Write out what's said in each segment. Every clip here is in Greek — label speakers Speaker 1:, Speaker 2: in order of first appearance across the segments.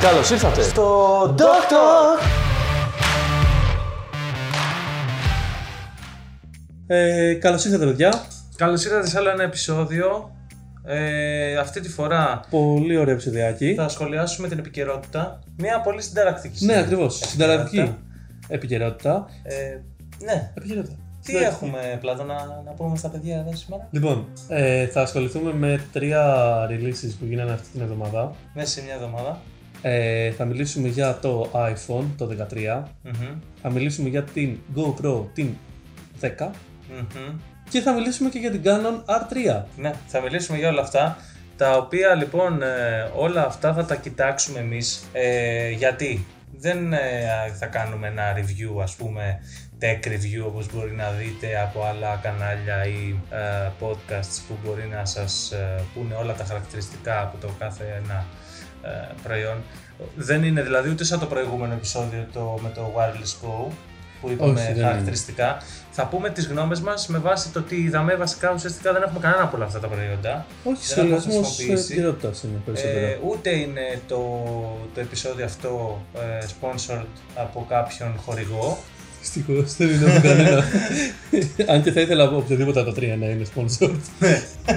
Speaker 1: Καλώς ήρθατε.
Speaker 2: Το Doctor! Ε, Καλώς ήρθατε, παιδιά.
Speaker 3: Καλώς ήρθατε σε άλλο ένα επεισόδιο. Ε, αυτή τη φορά
Speaker 2: Πολύ ωραίο Ναι, ψηδιάκι.
Speaker 3: θα σχολιάσουμε την επικαιρότητα. Μια πολύ συνταρακτική.
Speaker 2: Ναι,
Speaker 3: στιγμή.
Speaker 2: ακριβώς. Συνταρακτική επικαιρότητα.
Speaker 3: Ε, ναι.
Speaker 2: Επικαιρότητα.
Speaker 3: Τι
Speaker 2: Συνταρακτική.
Speaker 3: έχουμε, Πλάτωνα, να, να πούμε στα παιδιά εδώ σήμερα.
Speaker 2: Λοιπόν, ε, θα ασχοληθούμε με τρία releases που γίνανε αυτή την εβδομάδα.
Speaker 3: Μέσα σε μια εβδομάδα.
Speaker 2: Ε, θα μιλήσουμε για το iPhone το 13.
Speaker 3: Μμμ,
Speaker 2: Θα μιλήσουμε για την GoPro την 10.
Speaker 3: μμμ.
Speaker 2: Και θα μιλήσουμε και για την Canon R3.
Speaker 3: Ναι, θα μιλήσουμε για όλα αυτά. Τα οποία λοιπόν ε, όλα αυτά θα τα κοιτάξουμε εμείς. Ε, γιατί δεν ε, θα κάνουμε ένα review ας πούμε tech review όπως μπορεί να δείτε από άλλα κανάλια ή ε, podcasts που μπορεί να σας ε, πούνε όλα τα χαρακτηριστικά από το κάθε ένα ε, προϊόν. Δεν είναι δηλαδή ούτε σαν το προηγούμενο επεισόδιο το, με το wireless go που είπαμε
Speaker 2: Όχι, δεν είναι.
Speaker 3: χαρακτηριστικά. Θα πούμε τις γνώμες μας με βάση το τι είδαμε. Βασικά ουσιαστικά δεν έχουμε κανένα από όλα αυτά τα προϊόντα.
Speaker 2: Όχι,
Speaker 3: Δεν έχω
Speaker 2: σχολιασμό
Speaker 3: χρησιμοποιήσει.
Speaker 2: επικαιρότητα είναι περισσότερο.
Speaker 3: Ε, ούτε είναι το, το επεισόδιο αυτό ε, sponsored από κάποιον χορηγό.
Speaker 2: Δυστυχώς δεν είναι από κανένα. Αν και θα ήθελα από οποιοδήποτε από τα τρία να είναι sponsored.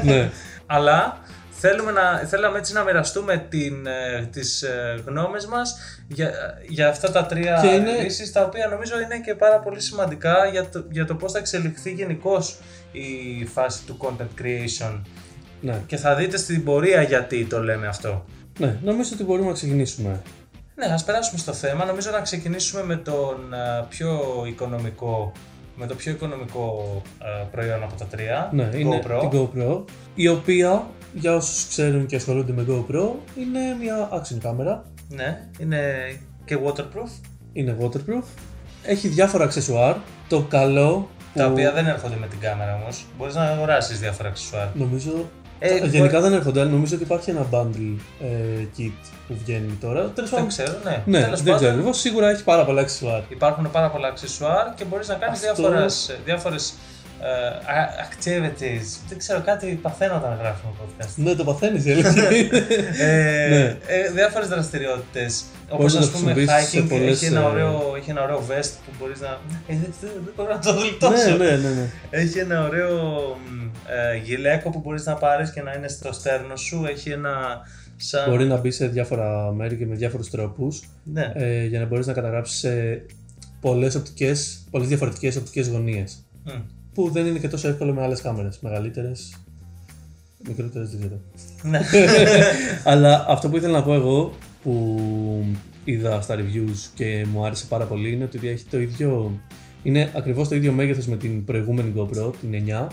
Speaker 2: ναι.
Speaker 3: αλλά θέλουμε να, θέλαμε έτσι να μοιραστούμε την, ε, τις ε, γνώμες μας για, για αυτά τα τρία
Speaker 2: Και είναι-
Speaker 3: λύσεις τα οποία νομίζω είναι και πάρα πολύ σημαντικά για το, για το πώς θα εξελιχθεί γενικώς η φάση του content creation
Speaker 2: Ναι.
Speaker 3: και θα δείτε στην πορεία γιατί το λέμε αυτό.
Speaker 2: ναι. Νομίζω ότι μπορούμε να ξεκινήσουμε.
Speaker 3: Ναι, ας περάσουμε στο θέμα. Νομίζω να ξεκινήσουμε με τον ε, πιο οικονομικό με το πιο οικονομικό ε, προϊόν από τα τρία,
Speaker 2: Ναι, είναι
Speaker 3: GoPro.
Speaker 2: την GoPro, η οποία για όσους ξέρουν και ασχολούνται με GoPro, είναι μια action κάμερα,
Speaker 3: Ναι, είναι και waterproof,
Speaker 2: είναι waterproof, έχει διάφορα αξεσουάρ, το καλό
Speaker 3: Τα
Speaker 2: που
Speaker 3: οποία δεν έρχονται με την κάμερα όμως. Μπορείς να αγοράσεις διάφορα αξεσουάρ.
Speaker 2: νομίζω
Speaker 3: Ε,
Speaker 2: τα- γενικά δεν έρχονται, αλλά νομίζω ότι υπάρχει ένα bundle ε, kit που βγαίνει τώρα. Τέλος
Speaker 3: Δεν
Speaker 2: πάντων,
Speaker 3: ξέρω, ναι.
Speaker 2: ναι,
Speaker 3: Τέλος
Speaker 2: δεν ξέρω
Speaker 3: πάντων,
Speaker 2: ακριβώς, σίγουρα έχει πάρα πολλά αξεσουάρ.
Speaker 3: υπάρχουν πάρα πολλά αξεσουάρ και μπορείς να ε, κάνεις
Speaker 2: Αυτό-
Speaker 3: διάφορες ε, activities. Δεν ξέρω, κάτι παθαίνω όταν γράφουμε podcast.
Speaker 2: Ναι, το παθαίνεις η αλήθεια είναι.
Speaker 3: ε,
Speaker 2: Ναι.
Speaker 3: ε, διάφορες δραστηριότητες
Speaker 2: Μπορείς
Speaker 3: όπως
Speaker 2: να
Speaker 3: ας
Speaker 2: το
Speaker 3: πούμε
Speaker 2: χρησιμοποιήσεις σε
Speaker 3: hiking
Speaker 2: πολλές,
Speaker 3: έχει, ένα
Speaker 2: ε,
Speaker 3: ωραίο, έχει ένα ωραίο vest που μπορείς να... Ε, δεν ξέρω, δεν μπορώ να το
Speaker 2: ναι,
Speaker 3: γλιτώσω.
Speaker 2: ναι, ναι, ναι.
Speaker 3: Έχει ένα ωραίο μ, ε, γυλαίκο που μπορείς να πάρεις και να είναι στο στέρνο σου. Έχει ένα σαν...
Speaker 2: Μπορεί να μπει σε διάφορα μέρη και με διάφορους τρόπους
Speaker 3: Ναι.
Speaker 2: ε, για να μπορείς να καταγράψεις σε πολλές οπτικές, πολλές διαφορετικές οπτικές γωνίες. Ε.
Speaker 3: Μμ.
Speaker 2: Που δεν είναι και τόσο εύκολο με άλλες κάμερες. Μεγαλύτερες, μικρότερες δεν ξέρω.
Speaker 3: Ναι.
Speaker 2: Αλλά αυτό που ήθελα να πω εγώ που είδα στα reviews και μου άρεσε πάρα πολύ είναι ότι έχει το ίδιο. Είναι ακριβώς το ίδιο μέγεθος με την προηγούμενη GoPro, την 9.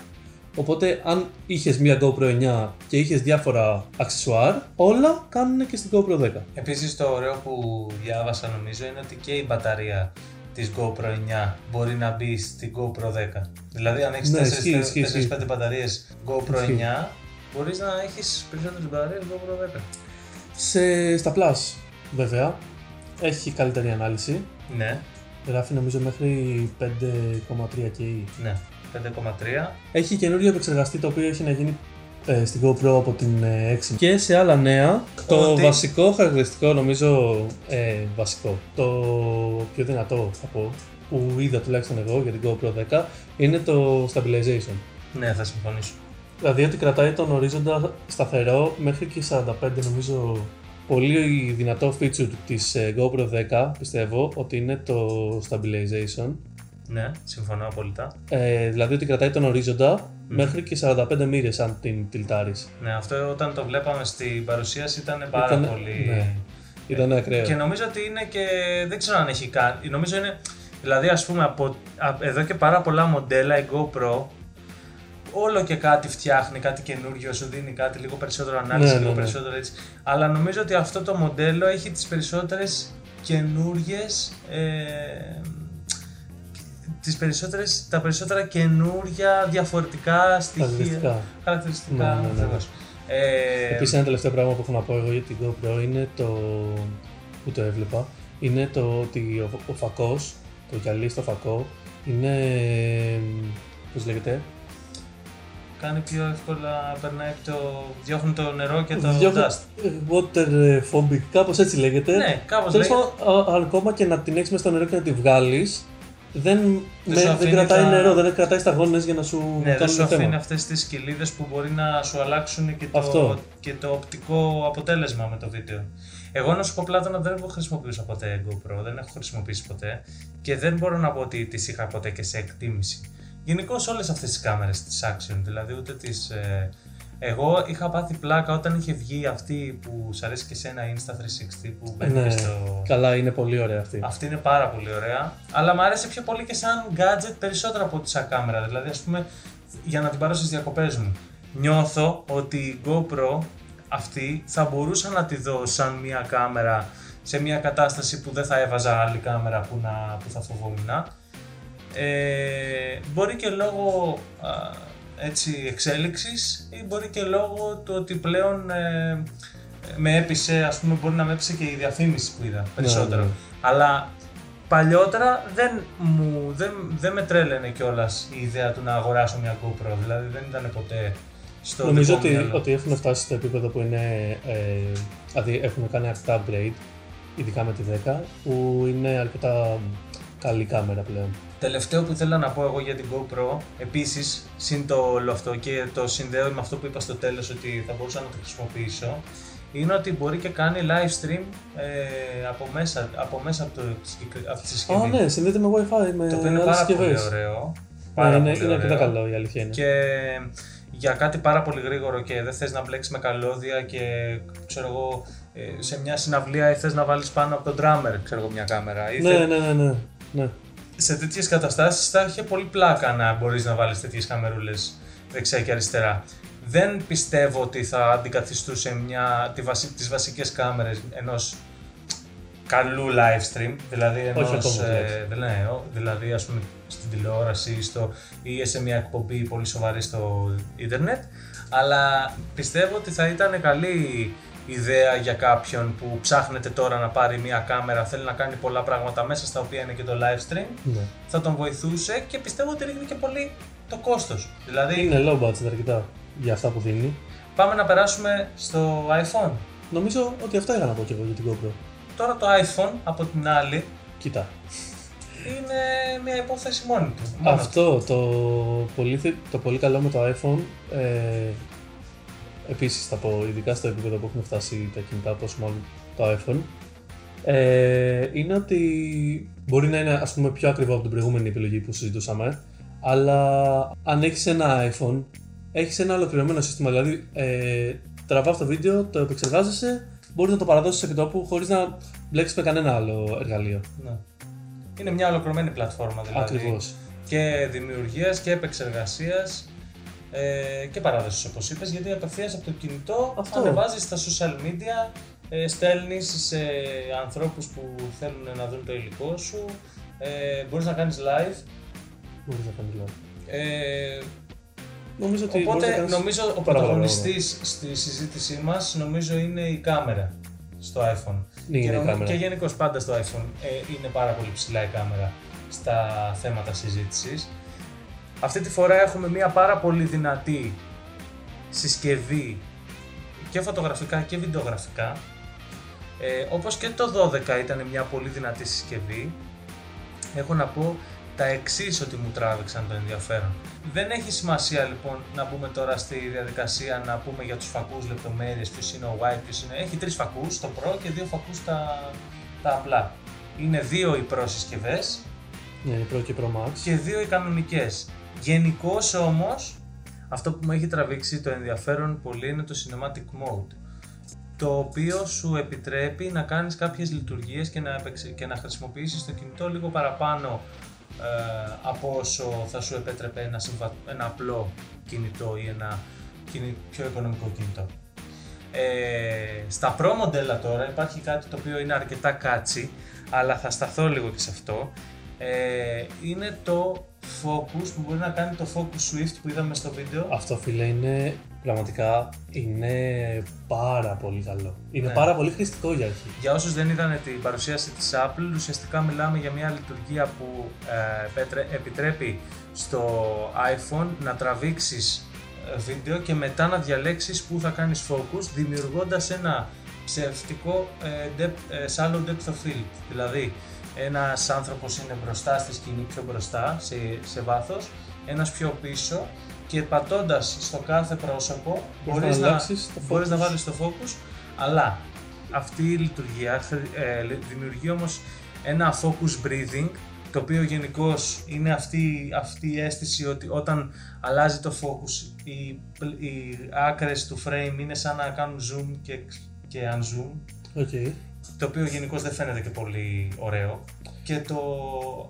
Speaker 2: Οπότε, αν είχες μία GoPro 9 και είχες διάφορα αξεσουάρ, όλα κάνουν και στην GoPro 10.
Speaker 3: Επίσης το ωραίο που διάβασα νομίζω είναι ότι και η μπαταρία της GoPro 9 μπορεί να μπει στην GoPro 10. Δηλαδή αν έχεις
Speaker 2: Ναι, ισχύει, ισχύει, ισχύει.
Speaker 3: 4-5 μπαταρίες GoPro
Speaker 2: Ισχύει.
Speaker 3: 9 μπορείς να έχεις περισσότερες μπαταρίες GoPro 10.
Speaker 2: Σε, στα Plus, βέβαια, έχει καλύτερη ανάλυση.
Speaker 3: Ναι,
Speaker 2: Γράφει νομίζω μέχρι 5,3K.
Speaker 3: ναι. 5,3.
Speaker 2: Έχει καινούριο επεξεργαστή το οποίο έχει να γίνει ε, στην GoPro από την ε, 6. Και σε άλλα νέα, το
Speaker 3: Ότι-
Speaker 2: βασικό χαρακτηριστικό, νομίζω ε, βασικό, το πιο δυνατό θα πω, που είδα τουλάχιστον εγώ για την GoPro 10, είναι το stabilization.
Speaker 3: Ναι, θα συμφωνήσω.
Speaker 2: Δηλαδή ότι κρατάει τον ορίζοντα σταθερό μέχρι και 45 νομίζω πολύ δυνατό feature της ε, GoPro 10 πιστεύω ότι είναι το stabilization
Speaker 3: Ναι, συμφωνώ απόλυτα.
Speaker 2: ε, δηλαδή ότι κρατάει τον οριζοντα
Speaker 3: Μμμ.
Speaker 2: μέχρι και 45 μοίρες αν την τυλτάρεις
Speaker 3: Ναι, αυτό όταν το βλέπαμε στην παρουσίαση ήταν πάρα
Speaker 2: Ήτανε-
Speaker 3: πολύ. Ε,
Speaker 2: ναι. Ήταν ακραίο.
Speaker 3: Και νομίζω ότι είναι και. Δεν ξέρω αν έχει κάνει. Νομίζω είναι. Δηλαδή, ας πούμε, από... α- εδώ και πάρα πολλά μοντέλα η GoPro όλο και κάτι φτιάχνει, κάτι καινούριο, σου δίνει κάτι λίγο περισσότερο ανάλυση,
Speaker 2: Ναι,
Speaker 3: λίγο
Speaker 2: ναι, ναι.
Speaker 3: περισσότερο έτσι. Αλλά νομίζω ότι αυτό το μοντέλο έχει τις περισσότερες καινούριες ε, τις περισσότερες, τα περισσότερα καινούργια διαφορετικά στοιχεία.
Speaker 2: Χαρακτηριστικά.
Speaker 3: Χαρακτηριστικά,
Speaker 2: Ναι, ναι, ναι.
Speaker 3: ακριβώς. Ε,
Speaker 2: Επίσης ένα τελευταίο πράγμα που έχω να πω εγώ για την GoPro είναι το... που το έβλεπα είναι το ότι ο, ο φακός, ε, το γυαλί στο φακό είναι... πώς λέγεται
Speaker 3: κάνει πιο εύκολα, περνάει το, διώχνει το νερό και το
Speaker 2: Διώχνω-
Speaker 3: dust.
Speaker 2: Water phobic, κάπως έτσι λέγεται.
Speaker 3: Ναι, κάπως
Speaker 2: Ε, Τέλος
Speaker 3: λέει.
Speaker 2: πάντων, α- ακόμα και να την έχεις μέσα στο νερό και να τη βγάλεις, δεν, με-
Speaker 3: σου
Speaker 2: δεν
Speaker 3: αφήνει
Speaker 2: κρατάει
Speaker 3: τα-
Speaker 2: νερό, δεν κρατάει σταγόνες για να σου
Speaker 3: Ναι, δεν
Speaker 2: κάνουν
Speaker 3: σου αφήνει
Speaker 2: θέμα.
Speaker 3: αυτές τις κοιλίδες που μπορεί να σου αλλάξουν και το,
Speaker 2: Αυτό.
Speaker 3: και το οπτικό αποτέλεσμα με το βίντεο. Εγώ να σου πω πλάτωνα δεν έχω χρησιμοποιούσα ποτέ GoPro, δεν έχω χρησιμοποιήσει ποτέ και δεν μπορώ να πω ότι τις είχα ποτέ και σε εκτίμηση. Γενικώς όλες αυτές τις κάμερες της Action, δηλαδή ούτε τις... ε, εγώ είχα πάθει πλάκα όταν είχε βγει αυτή που σ' αρέσει και σε ένα Insta360 που μπαίνει
Speaker 2: Ναι.
Speaker 3: στο...
Speaker 2: Καλά, είναι πολύ ωραία αυτή.
Speaker 3: Αυτή είναι πάρα πολύ ωραία. Αλλά μου αρέσει πιο πολύ και σαν gadget περισσότερο από ότι σαν κάμερα. Δηλαδή, ας πούμε, για να την πάρω στις διακοπές μου. Νιώθω ότι η GoPro αυτή θα μπορούσα να τη δω σαν μια κάμερα σε μια κατάσταση που δεν θα έβαζα άλλη κάμερα που, να, που θα φοβόμουν. Ε, μπορεί και λόγω α, έτσι εξέλιξης ή μπορεί και λόγω του ότι πλέον ε, με έπεισε, ας πούμε μπορεί να με έπεισε και η διαφήμιση που είδα περισσότερο.
Speaker 2: ναι.
Speaker 3: Αλλά παλιότερα δεν, μου, δεν, δεν με τρέλαινε κιόλας η ιδέα του να αγοράσω μια GoPro, δηλαδή δεν ήταν ποτέ στο
Speaker 2: Νομίζω
Speaker 3: δικό μου
Speaker 2: ότι,
Speaker 3: μυαλό.
Speaker 2: ότι έχουν φτάσει στο επίπεδο που είναι. Ε, δηλαδή έχουν κάνει αρκετά upgrade, ειδικά με τη 10, που είναι αρκετά καλή κάμερα πλέον.
Speaker 3: Τελευταίο που ήθελα να πω εγώ για την GoPro, επίσης, συν το όλο αυτό και το συνδέω με αυτό που είπα στο τέλος ότι θα μπορούσα να το χρησιμοποιήσω, είναι ότι μπορεί και κάνει live stream ε, από μέσα, από, μέσα από, το, από τη συσκευή.
Speaker 2: Α, ναι, συνδέεται με WiFi, με
Speaker 3: το οποίο είναι
Speaker 2: άλλες
Speaker 3: πάρα πολύ
Speaker 2: συσκευές.
Speaker 3: ωραίο.
Speaker 2: Ναι,
Speaker 3: Πάρα
Speaker 2: είναι,
Speaker 3: πολύ
Speaker 2: είναι αρκετά
Speaker 3: ωραίο.
Speaker 2: καλό η αλήθεια είναι.
Speaker 3: Και για κάτι πάρα πολύ γρήγορο και δεν θες να μπλέξεις με καλώδια και ξέρω εγώ ε, σε μια συναυλία ή θες να βάλεις πάνω από τον drummer ξέρω εγώ μια κάμερα ή θες-
Speaker 2: Ναι, ναι, ναι, ναι. ναι.
Speaker 3: σε τέτοιες καταστάσεις θα είχε πολύ πλάκα να μπορείς να βάλεις τέτοιες καμερούλες δεξιά και αριστερά. Δεν πιστεύω ότι θα αντικαθιστούσε μια, τη βασι, τις βασικές κάμερες ενός καλού live stream, δηλαδή ενός,
Speaker 2: ακόμα,
Speaker 3: ε, δεν λέω, δηλαδή ας πούμε στην τηλεόραση ή, στο, ή σε μια εκπομπή πολύ σοβαρή στο ίντερνετ, αλλά πιστεύω ότι θα ήταν καλή ιδέα για κάποιον που ψάχνεται τώρα να πάρει μια κάμερα, θέλει να κάνει πολλά πράγματα μέσα στα οποία είναι και το live stream,
Speaker 2: ναι.
Speaker 3: θα τον βοηθούσε και πιστεύω ότι ρίχνει και πολύ το κόστος. Δηλαδή,
Speaker 2: Είναι low budget αρκετά για αυτά που δίνει.
Speaker 3: πάμε να περάσουμε στο iPhone.
Speaker 2: Νομίζω ότι αυτά είχα να πω και εγώ για την GoPro.
Speaker 3: Τώρα το iPhone, από την άλλη,
Speaker 2: Κοίτα,
Speaker 3: είναι μια υπόθεση μόνη του. Μόνος του.
Speaker 2: Αυτό το πολύ, θε- το πολύ καλό με το iPhone. Ε, επίσης θα πω, ειδικά στο επίπεδο που έχουν φτάσει τα κινητά, πόσο μάλλον το iPhone. Ε, είναι ότι μπορεί να είναι ας πούμε πιο ακριβό από την προηγούμενη επιλογή που συζητούσαμε, αλλά αν έχεις ένα iPhone, έχεις ένα ολοκληρωμένο σύστημα. Δηλαδή, ε, τραβάς το βίντεο, το επεξεργάζεσαι, μπορείς να το παραδώσεις επί τόπου χωρίς να μπλέξεις με κανένα άλλο εργαλείο.
Speaker 3: Ναι. Είναι μια ολοκληρωμένη πλατφόρμα δηλαδή.
Speaker 2: Ακριβώς.
Speaker 3: Και δημιουργίας και επεξεργασίας ε, και παράδοσης όπως είπες, γιατί απευθείας από το κινητό
Speaker 2: Αυτό.
Speaker 3: ανεβάζεις στα social media, ε, στέλνεις σε ανθρώπους που θέλουν να δουν το υλικό σου, ε, μπορείς να κάνεις live.
Speaker 2: Μπορείς να κάνεις ναι. λόγο.
Speaker 3: Ε,
Speaker 2: Νομίζω ότι μπορείς να
Speaker 3: Οπότε
Speaker 2: κάνεις-
Speaker 3: νομίζω ο
Speaker 2: πάρα πολλά
Speaker 3: πρωταγωνιστής στη συζήτησή μας νομίζω είναι η κάμερα στο iPhone.
Speaker 2: Ναι, είναι
Speaker 3: και,
Speaker 2: η
Speaker 3: νομι-
Speaker 2: κάμερα.
Speaker 3: και γενικώς πάντα στο iPhone ε, είναι πάρα πολύ ψηλά η κάμερα στα θέματα συζήτησης. Αυτή τη φορά έχουμε μια πάρα πολύ δυνατή συσκευή και φωτογραφικά και βιντεογραφικά. Ε, όπως και το 12 ήταν μια πολύ δυνατή συσκευή, έχω να πω τα εξής ότι μου τράβηξαν το ενδιαφέρον. Δεν έχει σημασία λοιπόν να μπούμε τώρα στη διαδικασία να πούμε για τους φακούς λεπτομέρειες, ποιος είναι ο Y, ποιος είναι... Έχει τρεις φακούς, το Pro και δύο φακούς τα, τα απλά. Είναι δύο οι Pro συσκευές
Speaker 2: Ναι, είναι Pro και Pro Max.
Speaker 3: και δύο οι κανονικές. Γενικώς όμως, αυτό που μου έχει τραβήξει το ενδιαφέρον πολύ είναι το Cinematic Mode το οποίο σου επιτρέπει να κάνεις κάποιες λειτουργίες και να, επεξε... και να χρησιμοποιήσεις το κινητό λίγο παραπάνω ε, από όσο θα σου επέτρεπε ένα, συμβα... ένα απλό κινητό ή ένα κινη... πιο οικονομικό κινητό. Ε, στα Pro μοντέλα τώρα υπάρχει κάτι το οποίο είναι αρκετά κάτσι, αλλά θα σταθώ λίγο και σε αυτό. Ε, είναι το focus που μπορεί να κάνει το focus swift που είδαμε στο βίντεο.
Speaker 2: Αυτό φίλε είναι πραγματικά είναι πάρα πολύ καλό. Είναι
Speaker 3: Ναι.
Speaker 2: πάρα πολύ χρηστικό για αρχή.
Speaker 3: Για όσους δεν είδαν την παρουσίαση της Apple, ουσιαστικά μιλάμε για μια λειτουργία που ε, πέτρε- επιτρέπει στο iPhone να τραβήξεις βίντεο και μετά να διαλέξεις που θα κάνεις focus δημιουργώντας ένα ψευτικό ε, depth, ε, shallow depth of field. Δηλαδή, ένας άνθρωπος είναι μπροστά στη σκηνή, πιο μπροστά σε, σε βάθος, ένας πιο πίσω και πατώντας στο κάθε πρόσωπο
Speaker 2: Μπορείς
Speaker 3: μπορείς
Speaker 2: να
Speaker 3: να,
Speaker 2: αλλάξεις το
Speaker 3: μπορείς να
Speaker 2: focus.
Speaker 3: βάλεις το focus, αλλά αυτή η λειτουργία θε- ε, λε- δημιουργεί όμως ένα focus breathing το οποίο γενικώς είναι αυτή, αυτή η αίσθηση ότι όταν αλλάζει το focus οι, πλ- οι άκρες του frame είναι σαν να κάνουν zoom και, και unzoom
Speaker 2: Οκ.
Speaker 3: το οποίο γενικώς δεν φαίνεται και πολύ ωραίο. Και το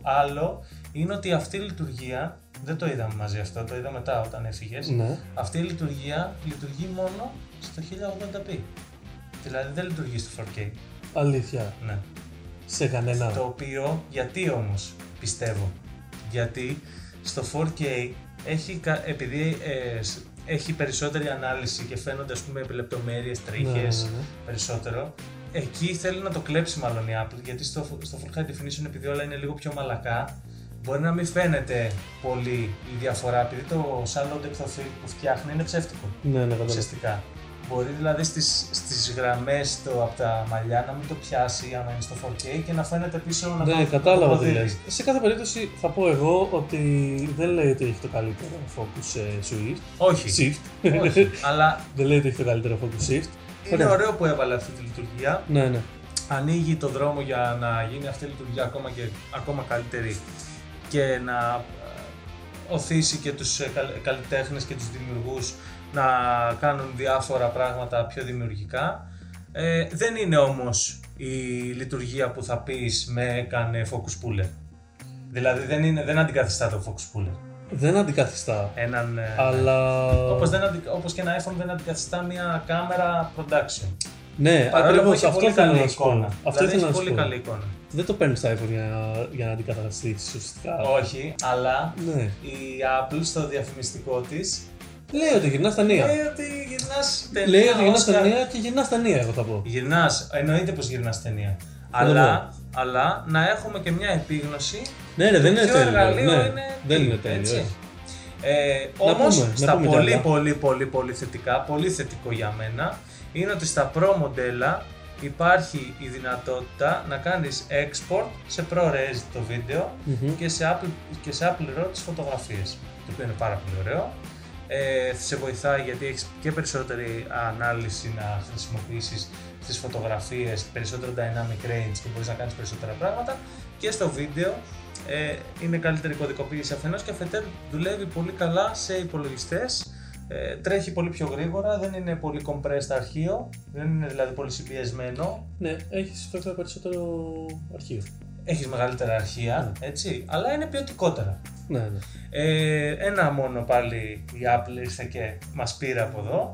Speaker 3: άλλο είναι ότι αυτή η λειτουργία, δεν το είδαμε μαζί αυτό, το είδα μετά όταν έφυγε.
Speaker 2: Ναι.
Speaker 3: Αυτή η λειτουργία λειτουργεί μόνο στο 1080p. Δηλαδή δεν λειτουργεί στο 4K.
Speaker 2: Αλήθεια.
Speaker 3: Ναι.
Speaker 2: Σε κανένα.
Speaker 3: Το οποίο, γιατί όμως, πιστεύω. Γιατί στο 4K έχει, κα- επειδή ε, σ- έχει περισσότερη ανάλυση και φαίνονται ας πούμε λεπτομέρειες, τρίχες,
Speaker 2: ναι, ναι.
Speaker 3: περισσότερο. Εκεί θέλει να το κλέψει μάλλον η Apple, γιατί στο, στο Full High Definition επειδή όλα είναι λίγο πιο μαλακά, μπορεί να μην φαίνεται πολύ η διαφορά, επειδή το shallow depth of field που φτιάχνει είναι ψεύτικο
Speaker 2: Ναι, ναι, κατάλαβα.
Speaker 3: ουσιαστικά. Μπορεί δηλαδή στις, στις γραμμές το, από τα μαλλιά να μην το πιάσει άμα είναι στο 4K και να φαίνεται πίσω να
Speaker 2: Ναι,
Speaker 3: το-
Speaker 2: κατάλαβα
Speaker 3: το
Speaker 2: τι
Speaker 3: δίνει.
Speaker 2: λες. Σε κάθε περίπτωση θα πω εγώ ότι δεν λέει ότι έχει το καλύτερο focus ε, shift.
Speaker 3: Όχι,
Speaker 2: Shift.
Speaker 3: όχι. αλλά
Speaker 2: δεν λέει ότι έχει το καλύτερο focus shift.
Speaker 3: είναι ωραίο που έβαλε αυτή τη λειτουργία.
Speaker 2: Ναι, ναι.
Speaker 3: ανοίγει το δρόμο για να γίνει αυτή η λειτουργία ακόμα και ακόμα καλύτερη και να ε, οθήσει και τους ε, καλ- καλλιτέχνες και τους δημιουργούς να κάνουν διάφορα πράγματα πιο δημιουργικά. Ε, δεν είναι όμως η λειτουργία που θα πεις με έκανε focus puller. Δηλαδή δεν, είναι, δεν αντικαθιστά το focus puller.
Speaker 2: Δεν αντικαθιστά.
Speaker 3: Έναν, ε,
Speaker 2: Αλλά.
Speaker 3: όπως, δεν, αντι- όπως και ένα iPhone δεν αντικαθιστά μια κάμερα production.
Speaker 2: Ναι,
Speaker 3: Παρόλο που
Speaker 2: ακριβώς,
Speaker 3: έχει
Speaker 2: αυτό
Speaker 3: πολύ
Speaker 2: ήθελα
Speaker 3: καλή
Speaker 2: να σου πω.
Speaker 3: εικόνα.
Speaker 2: Αυτό
Speaker 3: δηλαδή
Speaker 2: ήθελα
Speaker 3: έχει
Speaker 2: να σου
Speaker 3: πολύ
Speaker 2: πω.
Speaker 3: καλή εικόνα.
Speaker 2: Δεν το παίρνεις το iPhone για να, για να αντικαταστήσει ουσιαστικά.
Speaker 3: Όχι, αλλά
Speaker 2: Ναι.
Speaker 3: η Apple στο διαφημιστικό της
Speaker 2: Λέει ότι γυρνάς ταινία.
Speaker 3: λέει ότι γυρνάς ταινία.
Speaker 2: Λέει ότι γυρνάς
Speaker 3: Oscar.
Speaker 2: ταινία και γυρνάς ταινία, εγώ θα πω.
Speaker 3: Γυρνάς, εννοείται πως γυρνάς ταινία. Αλλά, αλλά να έχουμε και μια επίγνωση.
Speaker 2: Ναι, ρε, δεν
Speaker 3: το
Speaker 2: είναι
Speaker 3: ποιο
Speaker 2: τέλειο.
Speaker 3: εργαλείο
Speaker 2: Ναι,
Speaker 3: είναι
Speaker 2: δεν
Speaker 3: τι,
Speaker 2: είναι τέλειο.
Speaker 3: έτσι.
Speaker 2: όχι.
Speaker 3: Ε,
Speaker 2: Να
Speaker 3: Όμως
Speaker 2: πούμε, να
Speaker 3: στα
Speaker 2: πούμε κι
Speaker 3: πολύ,
Speaker 2: άλλα.
Speaker 3: πολύ, πολύ, πολύ θετικά, πολύ θετικό για μένα, είναι ότι στα Pro μοντέλα υπάρχει η δυνατότητα να κάνεις export σε ProRes το βίντεο
Speaker 2: Μμμ.
Speaker 3: και σε Apple, και σε Apple Raw τις φωτογραφίες, το οποίο είναι πάρα πολύ ωραίο. Ε, σε βοηθάει γιατί έχεις και περισσότερη ανάλυση να χρησιμοποιήσεις στις φωτογραφίες, περισσότερο dynamic range και μπορείς να κάνεις περισσότερα πράγματα και στο βίντεο ε, είναι καλύτερη κωδικοποίηση αφενός και αφετέρου δουλεύει πολύ καλά σε υπολογιστές ε, τρέχει πολύ πιο γρήγορα, δεν είναι πολύ compressed αρχείο, δεν είναι δηλαδή πολύ συμπιεσμένο
Speaker 2: Ναι, έχεις βέβαια περισσότερο αρχείο.
Speaker 3: έχεις μεγαλύτερα αρχεία, έτσι, αλλά είναι ποιοτικότερα
Speaker 2: Ναι, ναι.
Speaker 3: ε, ένα μόνο πάλι η Apple ήρθε και μας πήρε από εδώ.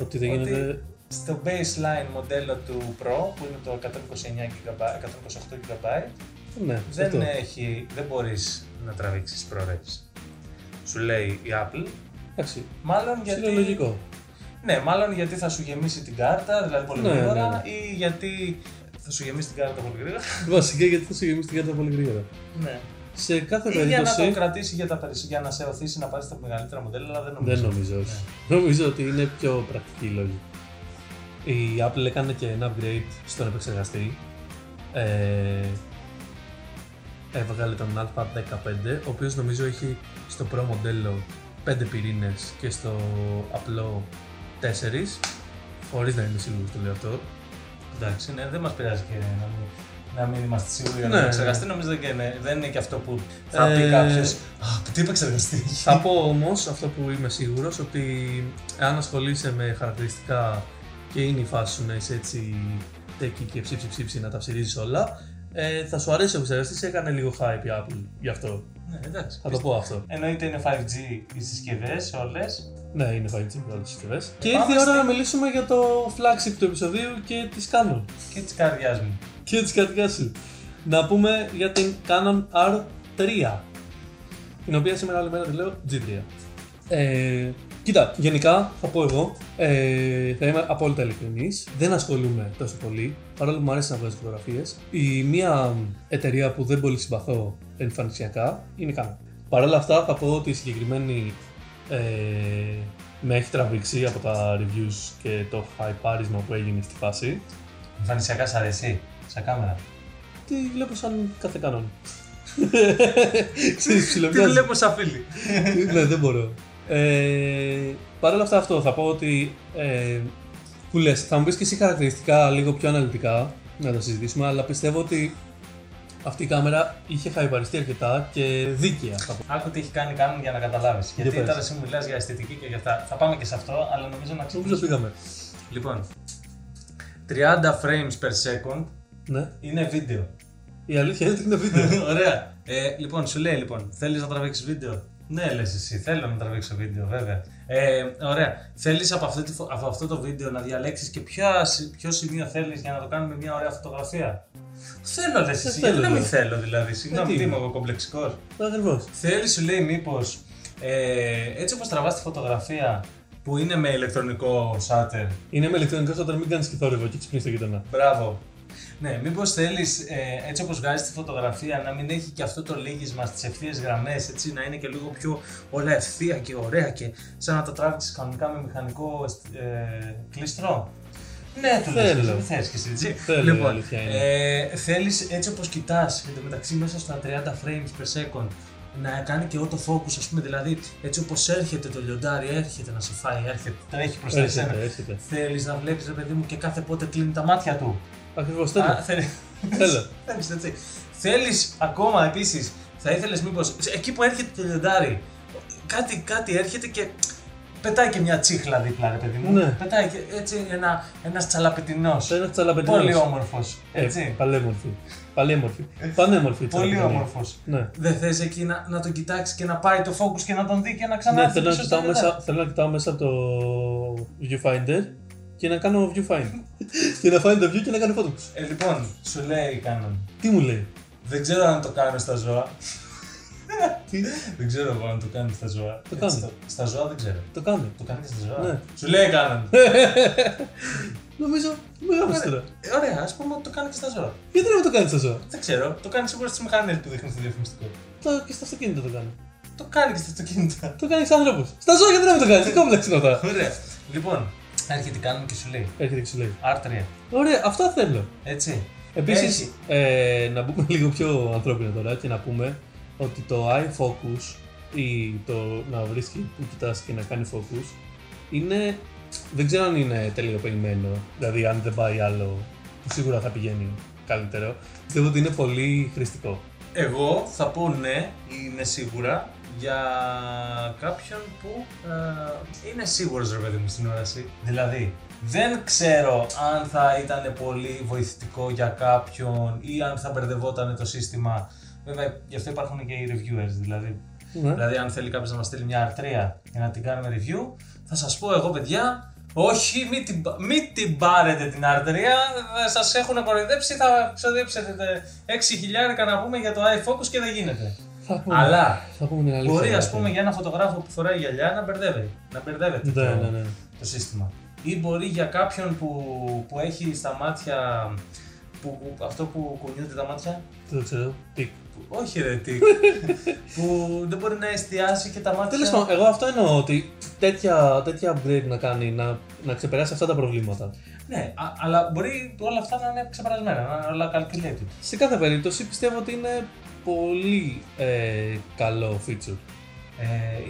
Speaker 2: Ότι δεν
Speaker 3: Ότι-
Speaker 2: γίνεται.
Speaker 3: Στο baseline μοντέλο του Pro, που είναι το 129 GB, 128 GB,
Speaker 2: Ναι, αυτό.
Speaker 3: δεν, έχει, δεν μπορείς να τραβήξεις ProRes. Σου λέει η Apple.
Speaker 2: Εντάξει,
Speaker 3: Μάλλον
Speaker 2: είναι
Speaker 3: γιατί...
Speaker 2: λογικό.
Speaker 3: Ναι, μάλλον γιατί θα σου γεμίσει την κάρτα, δηλαδή πολύ
Speaker 2: Ναι,
Speaker 3: γρήγορα,
Speaker 2: ναι,
Speaker 3: ή γιατί θα σου γεμίσει την κάρτα πολύ γρήγορα.
Speaker 2: Βασικά γιατί θα σου γεμίσει την κάρτα πολύ γρήγορα.
Speaker 3: ναι.
Speaker 2: Σε κάθε
Speaker 3: Ή για να το
Speaker 2: περίπτωση.
Speaker 3: κρατήσει για, τα, περισ- για να σε οθήσει να πάρεις τα μεγαλύτερα μοντέλα, αλλά δεν νομίζω.
Speaker 2: Δεν νομίζω, Ναι. όχι. Νομίζω ότι είναι πιο πρακτική η λόγη. Η Apple έκανε και ένα upgrade στον επεξεργαστή. Ε, έβγαλε τον α15, ο οποίος νομίζω έχει στο Pro μοντέλο 5 πυρήνες και στο απλό 4, χωρίς να είμαι σίγουρος το λέω αυτό.
Speaker 3: Εντάξει, ναι, δεν μας πειράζει και να μην, να μην είμαστε σίγουροι για
Speaker 2: Ναι,
Speaker 3: να
Speaker 2: ναι.
Speaker 3: επεξεργαστεί. Νομίζω δεν είναι, δεν είναι και αυτό που θα
Speaker 2: Ε,
Speaker 3: πει κάποιος. Α, τι επεξεργαστή.
Speaker 2: Θα πω όμως αυτό που είμαι σίγουρος ότι αν ασχολείσαι με χαρακτηριστικά και είναι η φάση σου να είσαι έτσι τέκη και ψήψη ψήψη να τα ψηρίζεις όλα ε, θα σου αρέσει ο επεξεργαστής, έκανε λίγο hype η Apple γι' αυτό.
Speaker 3: ναι, εντάξει.
Speaker 2: Θα το πω αυτό.
Speaker 3: Εννοείται είναι 5G οι συσκευές όλες.
Speaker 2: Ναι, είναι 5G για όλες τις συσκευές. Και
Speaker 3: Πάμε
Speaker 2: ήρθε η ώρα
Speaker 3: στη-
Speaker 2: να μιλήσουμε για το flagship του επεισοδίου και της Canon
Speaker 3: Και της καρδιάς μου.
Speaker 2: και της καρδιάς σου. Να πούμε για την Canon R3, την οποία σήμερα άλλη μέρα τη λέω G3. Ε, κοίτα, γενικά θα πω εγώ, ε, θα είμαι απόλυτα ειλικρινής, δεν ασχολούμαι τόσο πολύ, παρόλο που μου αρέσει να βγάζω φωτογραφίες. Η μία εταιρεία που δεν πολύ συμπαθώ εμφανισιακά είναι η Canon. Παρ' όλα αυτά θα πω ότι η συγκεκριμένη ε, με έχει τραβήξει από τα reviews και το χαϊπάρισμα που έγινε στη φάση.
Speaker 3: Εμφανισιακά σ' αρέσει, σαν κάμερα.
Speaker 2: Τη βλέπω σαν κάθε κανόν. Ξέρεις,
Speaker 3: Τι
Speaker 2: ψιλομοιάζει.
Speaker 3: βλέπω σαν φίλη.
Speaker 2: ναι, δεν μπορώ. Ε, Παρ' όλα αυτά, αυτό θα πω ότι. Ε, που λες, θα μου πεις και εσύ χαρακτηριστικά λίγο πιο αναλυτικά να τα συζητήσουμε, αλλά πιστεύω ότι αυτή η κάμερα είχε χαϊπαριστεί αρκετά και δίκαια. Θα πω.
Speaker 3: Άκου τι έχει κάνει κάνουν για να καταλάβεις.
Speaker 2: Για
Speaker 3: Γιατί
Speaker 2: πες.
Speaker 3: τώρα εσύ μου μιλάς για αισθητική και για αυτά. Θα πάμε και σε αυτό, αλλά νομίζω να
Speaker 2: Νομίζω
Speaker 3: ξεκινήσουμε.
Speaker 2: πήγαμε.
Speaker 3: Λοιπόν, 30 frames per second
Speaker 2: Ναι.
Speaker 3: είναι βίντεο.
Speaker 2: Η αλήθεια είναι ότι είναι βίντεο.
Speaker 3: Ωραία. Ε, λοιπόν, σου λέει λοιπόν, θέλεις να τραβήξεις βίντεο. Ναι, λες εσύ, θέλω να τραβήξω βίντεο, βέβαια. Ε, ωραία. Θέλεις από, αυτή τη φω- από αυτό το βίντεο να διαλέξεις και ποια, σι- ποιο σημείο θέλεις για να το κάνουμε μια ωραία φωτογραφία. Θέλω, λες εσύ.
Speaker 2: θέλω,
Speaker 3: Γιατί να
Speaker 2: λέω.
Speaker 3: μην θέλω, δηλαδή. Συγγνώμη,
Speaker 2: τι
Speaker 3: τι είμαι
Speaker 2: είναι.
Speaker 3: εγώ κομπλεξικός.
Speaker 2: Ακριβώς.
Speaker 3: Θέλεις, σου λέει, μήπως ε, έτσι όπως τραβάς τη φωτογραφία που είναι με ηλεκτρονικό shutter.
Speaker 2: Είναι με ηλεκτρονικό όταν μην κάνεις και θόρυβο και ξυπνείς το γειτονά.
Speaker 3: Μπράβο. Ναι, μήπως θέλεις ε, έτσι όπως βγάζεις τη φωτογραφία να μην έχει και αυτό το λίγισμα στις ευθείες γραμμές, έτσι να είναι και λίγο πιο όλα ευθεία και ωραία και σαν να τα τράβηξες κανονικά με μηχανικό ε, κλειστρό. Ναι, του λες,
Speaker 2: Θέλω.
Speaker 3: δεν θες και εσύ, έτσι. Λοιπόν,
Speaker 2: Θέλω, η αλήθεια είναι.
Speaker 3: ε, θέλεις έτσι όπως κοιτάς, εν τω μεταξύ μέσα στα 30 frames per second, να κάνει και autofocus, ας πούμε, δηλαδή έτσι όπως έρχεται το λιοντάρι, έρχεται να σε φάει, έρχεται, τρέχει προς τα εσένα.
Speaker 2: Έρχεται, έρχεται.
Speaker 3: Θέλεις να βλέπεις, ρε παιδί μου, και κάθε πότε κλείνει τα μάτια του.
Speaker 2: Ακριβώς θέλω.
Speaker 3: Θέλει.
Speaker 2: Θέλω.
Speaker 3: έτσι. Θέλεις ακόμα επίσης, θα ήθελες μήπως. Εκεί που έρχεται το λιοντάρι, κάτι, κάτι έρχεται και πετάει και μια τσίχλα δίπλα, ρε παιδί μου.
Speaker 2: Ναι.
Speaker 3: Πετάει και έτσι ένα ένας τσαλαπετινός,
Speaker 2: Ένας τσαλαπεντικό.
Speaker 3: Πολύ όμορφος.
Speaker 2: Ε,
Speaker 3: Έτσι.
Speaker 2: παλέμορφη. Παλέμορφη. Πανέμορφη.
Speaker 3: Πολύ
Speaker 2: τσαλαπεντική.
Speaker 3: όμορφος.
Speaker 2: Ναι.
Speaker 3: Δεν θες εκεί να, να τον κοιτάξεις και να πάει το focus και να τον δει και να ξανά
Speaker 2: Ναι,
Speaker 3: έρθει
Speaker 2: θέλω να,
Speaker 3: πίσω στο
Speaker 2: κοιτάω μέσα,
Speaker 3: λιοντάρι.
Speaker 2: θέλω να κοιτάω μέσα από το viewfinder και να κάνω viewfind. και να find the view και να κάνω photo.
Speaker 3: Ε, λοιπόν, σου λέει κάνον.
Speaker 2: Τι μου λέει.
Speaker 3: Δεν ξέρω αν το κάνω στα ζώα.
Speaker 2: Τι,
Speaker 3: Δεν ξέρω εγώ αν το κάνεις στα ζώα.
Speaker 2: Το
Speaker 3: Έτσι,
Speaker 2: κάνει.
Speaker 3: Στα ζώα δεν ξέρω.
Speaker 2: το κάνω.
Speaker 3: Το κάνεις και στα ζώα.
Speaker 2: Ναι.
Speaker 3: Σου λέει κάναν.
Speaker 2: Νομίζω με γράφεις τώρα.
Speaker 3: Ε, Ωραία, ας πούμε ότι το κάνεις και στα ζώα.
Speaker 2: Γιατί να μην το κάνεις τα ζώα.
Speaker 3: Δεν ξέρω. Το κάνεις σίγουρα στις μηχανές που δείχνουν στο διαφημιστικό.
Speaker 2: Το, και στα αυτοκίνητα το κάνω.
Speaker 3: Το κάνει και στα αυτοκίνητα.
Speaker 2: Το κάνεις άνθρωπος. Στα ζώα γιατί να μην το κάνεις. Τι κόμπλεξ είναι αυτά.
Speaker 3: Ωραία. Λοιπόν, έρχεται η κάνουν και σου λέει.
Speaker 2: Έρχεται και σου λέει.
Speaker 3: Άρτρια.
Speaker 2: Ωραία, αυτά θέλω.
Speaker 3: Έτσι.
Speaker 2: Επίσης, ε, να μπούμε λίγο πιο ανθρώπινα τώρα και να πούμε ότι το eye focus ή το να βρίσκει που κοιτάς και να κάνει focus είναι. Δεν ξέρω αν είναι τελειοποιημένο. Δηλαδή, αν δεν πάει άλλο, που σίγουρα θα πηγαίνει καλύτερο. Πιστεύω ότι είναι πολύ χρηστικό.
Speaker 3: Εγώ θα πω ναι, είναι σίγουρα για κάποιον που ε, είναι σίγουρος ρε παιδί μου στην όραση. Δηλαδή, δεν ξέρω αν θα ήταν πολύ βοηθητικό για κάποιον ή αν θα μπερδευόταν το σύστημα. Βέβαια, γι' αυτό υπάρχουν και οι reviewers. Δηλαδή,
Speaker 2: Ναι.
Speaker 3: δηλαδή αν θέλει κάποιος να μας στείλει μια αρτρία για να την κάνουμε review, θα σας πω εγώ, παιδιά, όχι, μην την, πα- μην την πάρετε την αρτρία. Σας έχουν κοροϊδέψει, θα ξοδέψετε 6 χιλιάρικα να πούμε για το iFocus και δεν γίνεται.
Speaker 2: Θα πούμε,
Speaker 3: Αλλά
Speaker 2: θα πούμε την αλήθεια. δηλαδή.
Speaker 3: μπορεί, α πούμε, για ένα φωτογράφο που φοράει γυαλιά να μπερδεύει. Να μπερδεύεται
Speaker 2: Ναι,
Speaker 3: το,
Speaker 2: ναι, ναι.
Speaker 3: το σύστημα. Ή μπορεί για κάποιον που, που έχει στα μάτια. Που, που- αυτό που κουνιούνται τα μάτια.
Speaker 2: Δεν το ξέρω. Τι.
Speaker 3: Που- όχι, ρε, τι. που δεν μπορεί να εστιάσει και τα μάτια.
Speaker 2: Τέλος πάντων, εγώ αυτό εννοώ ότι τέτοια, τέτοια upgrade να κάνει, να, να ξεπεράσει αυτά τα προβλήματα.
Speaker 3: Ναι, α- αλλά μπορεί όλα αυτά να είναι ξεπερασμένα, να είναι όλα calculated.
Speaker 2: Σε κάθε περίπτωση πιστεύω ότι είναι πολύ ε, καλό feature.
Speaker 3: Ε,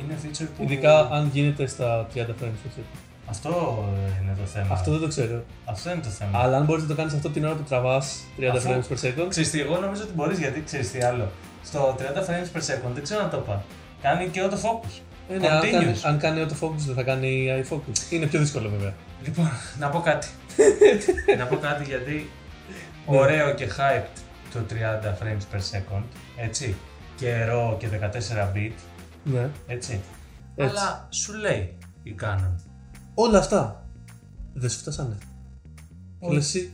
Speaker 3: είναι feature που.
Speaker 2: Ειδικά αν γίνεται στα 30 frames per second.
Speaker 3: Αυτό είναι το θέμα.
Speaker 2: Αυτό δεν το ξέρω.
Speaker 3: Αυτό είναι το θέμα.
Speaker 2: Αλλά αν μπορείς να το κάνεις αυτό την ώρα που τραβάς 30
Speaker 3: Αφού-
Speaker 2: frames per second.
Speaker 3: Ξέρεις τι, εγώ νομίζω ότι μπορείς γιατί ξέρεις τι άλλο. Στο 30 frames per second, δεν ξέρω να το είπα. Κάνει και autofocus.
Speaker 2: Ε, ναι, αν,
Speaker 3: continuous.
Speaker 2: κάνει, αν κάνει autofocus δεν θα κάνει eye focus. Είναι πιο δύσκολο βέβαια.
Speaker 3: Λοιπόν, να πω κάτι. να πω κάτι γιατί ωραίο και hyped το 30 frames per second, έτσι. Και RAW και 14 bit,
Speaker 2: Ναι.
Speaker 3: έτσι.
Speaker 2: Έτσι.
Speaker 3: Αλλά σου λέει η Canon.
Speaker 2: Όλα αυτά δεν σου φτάσανε.
Speaker 3: Όχι.
Speaker 2: Όλες εσύ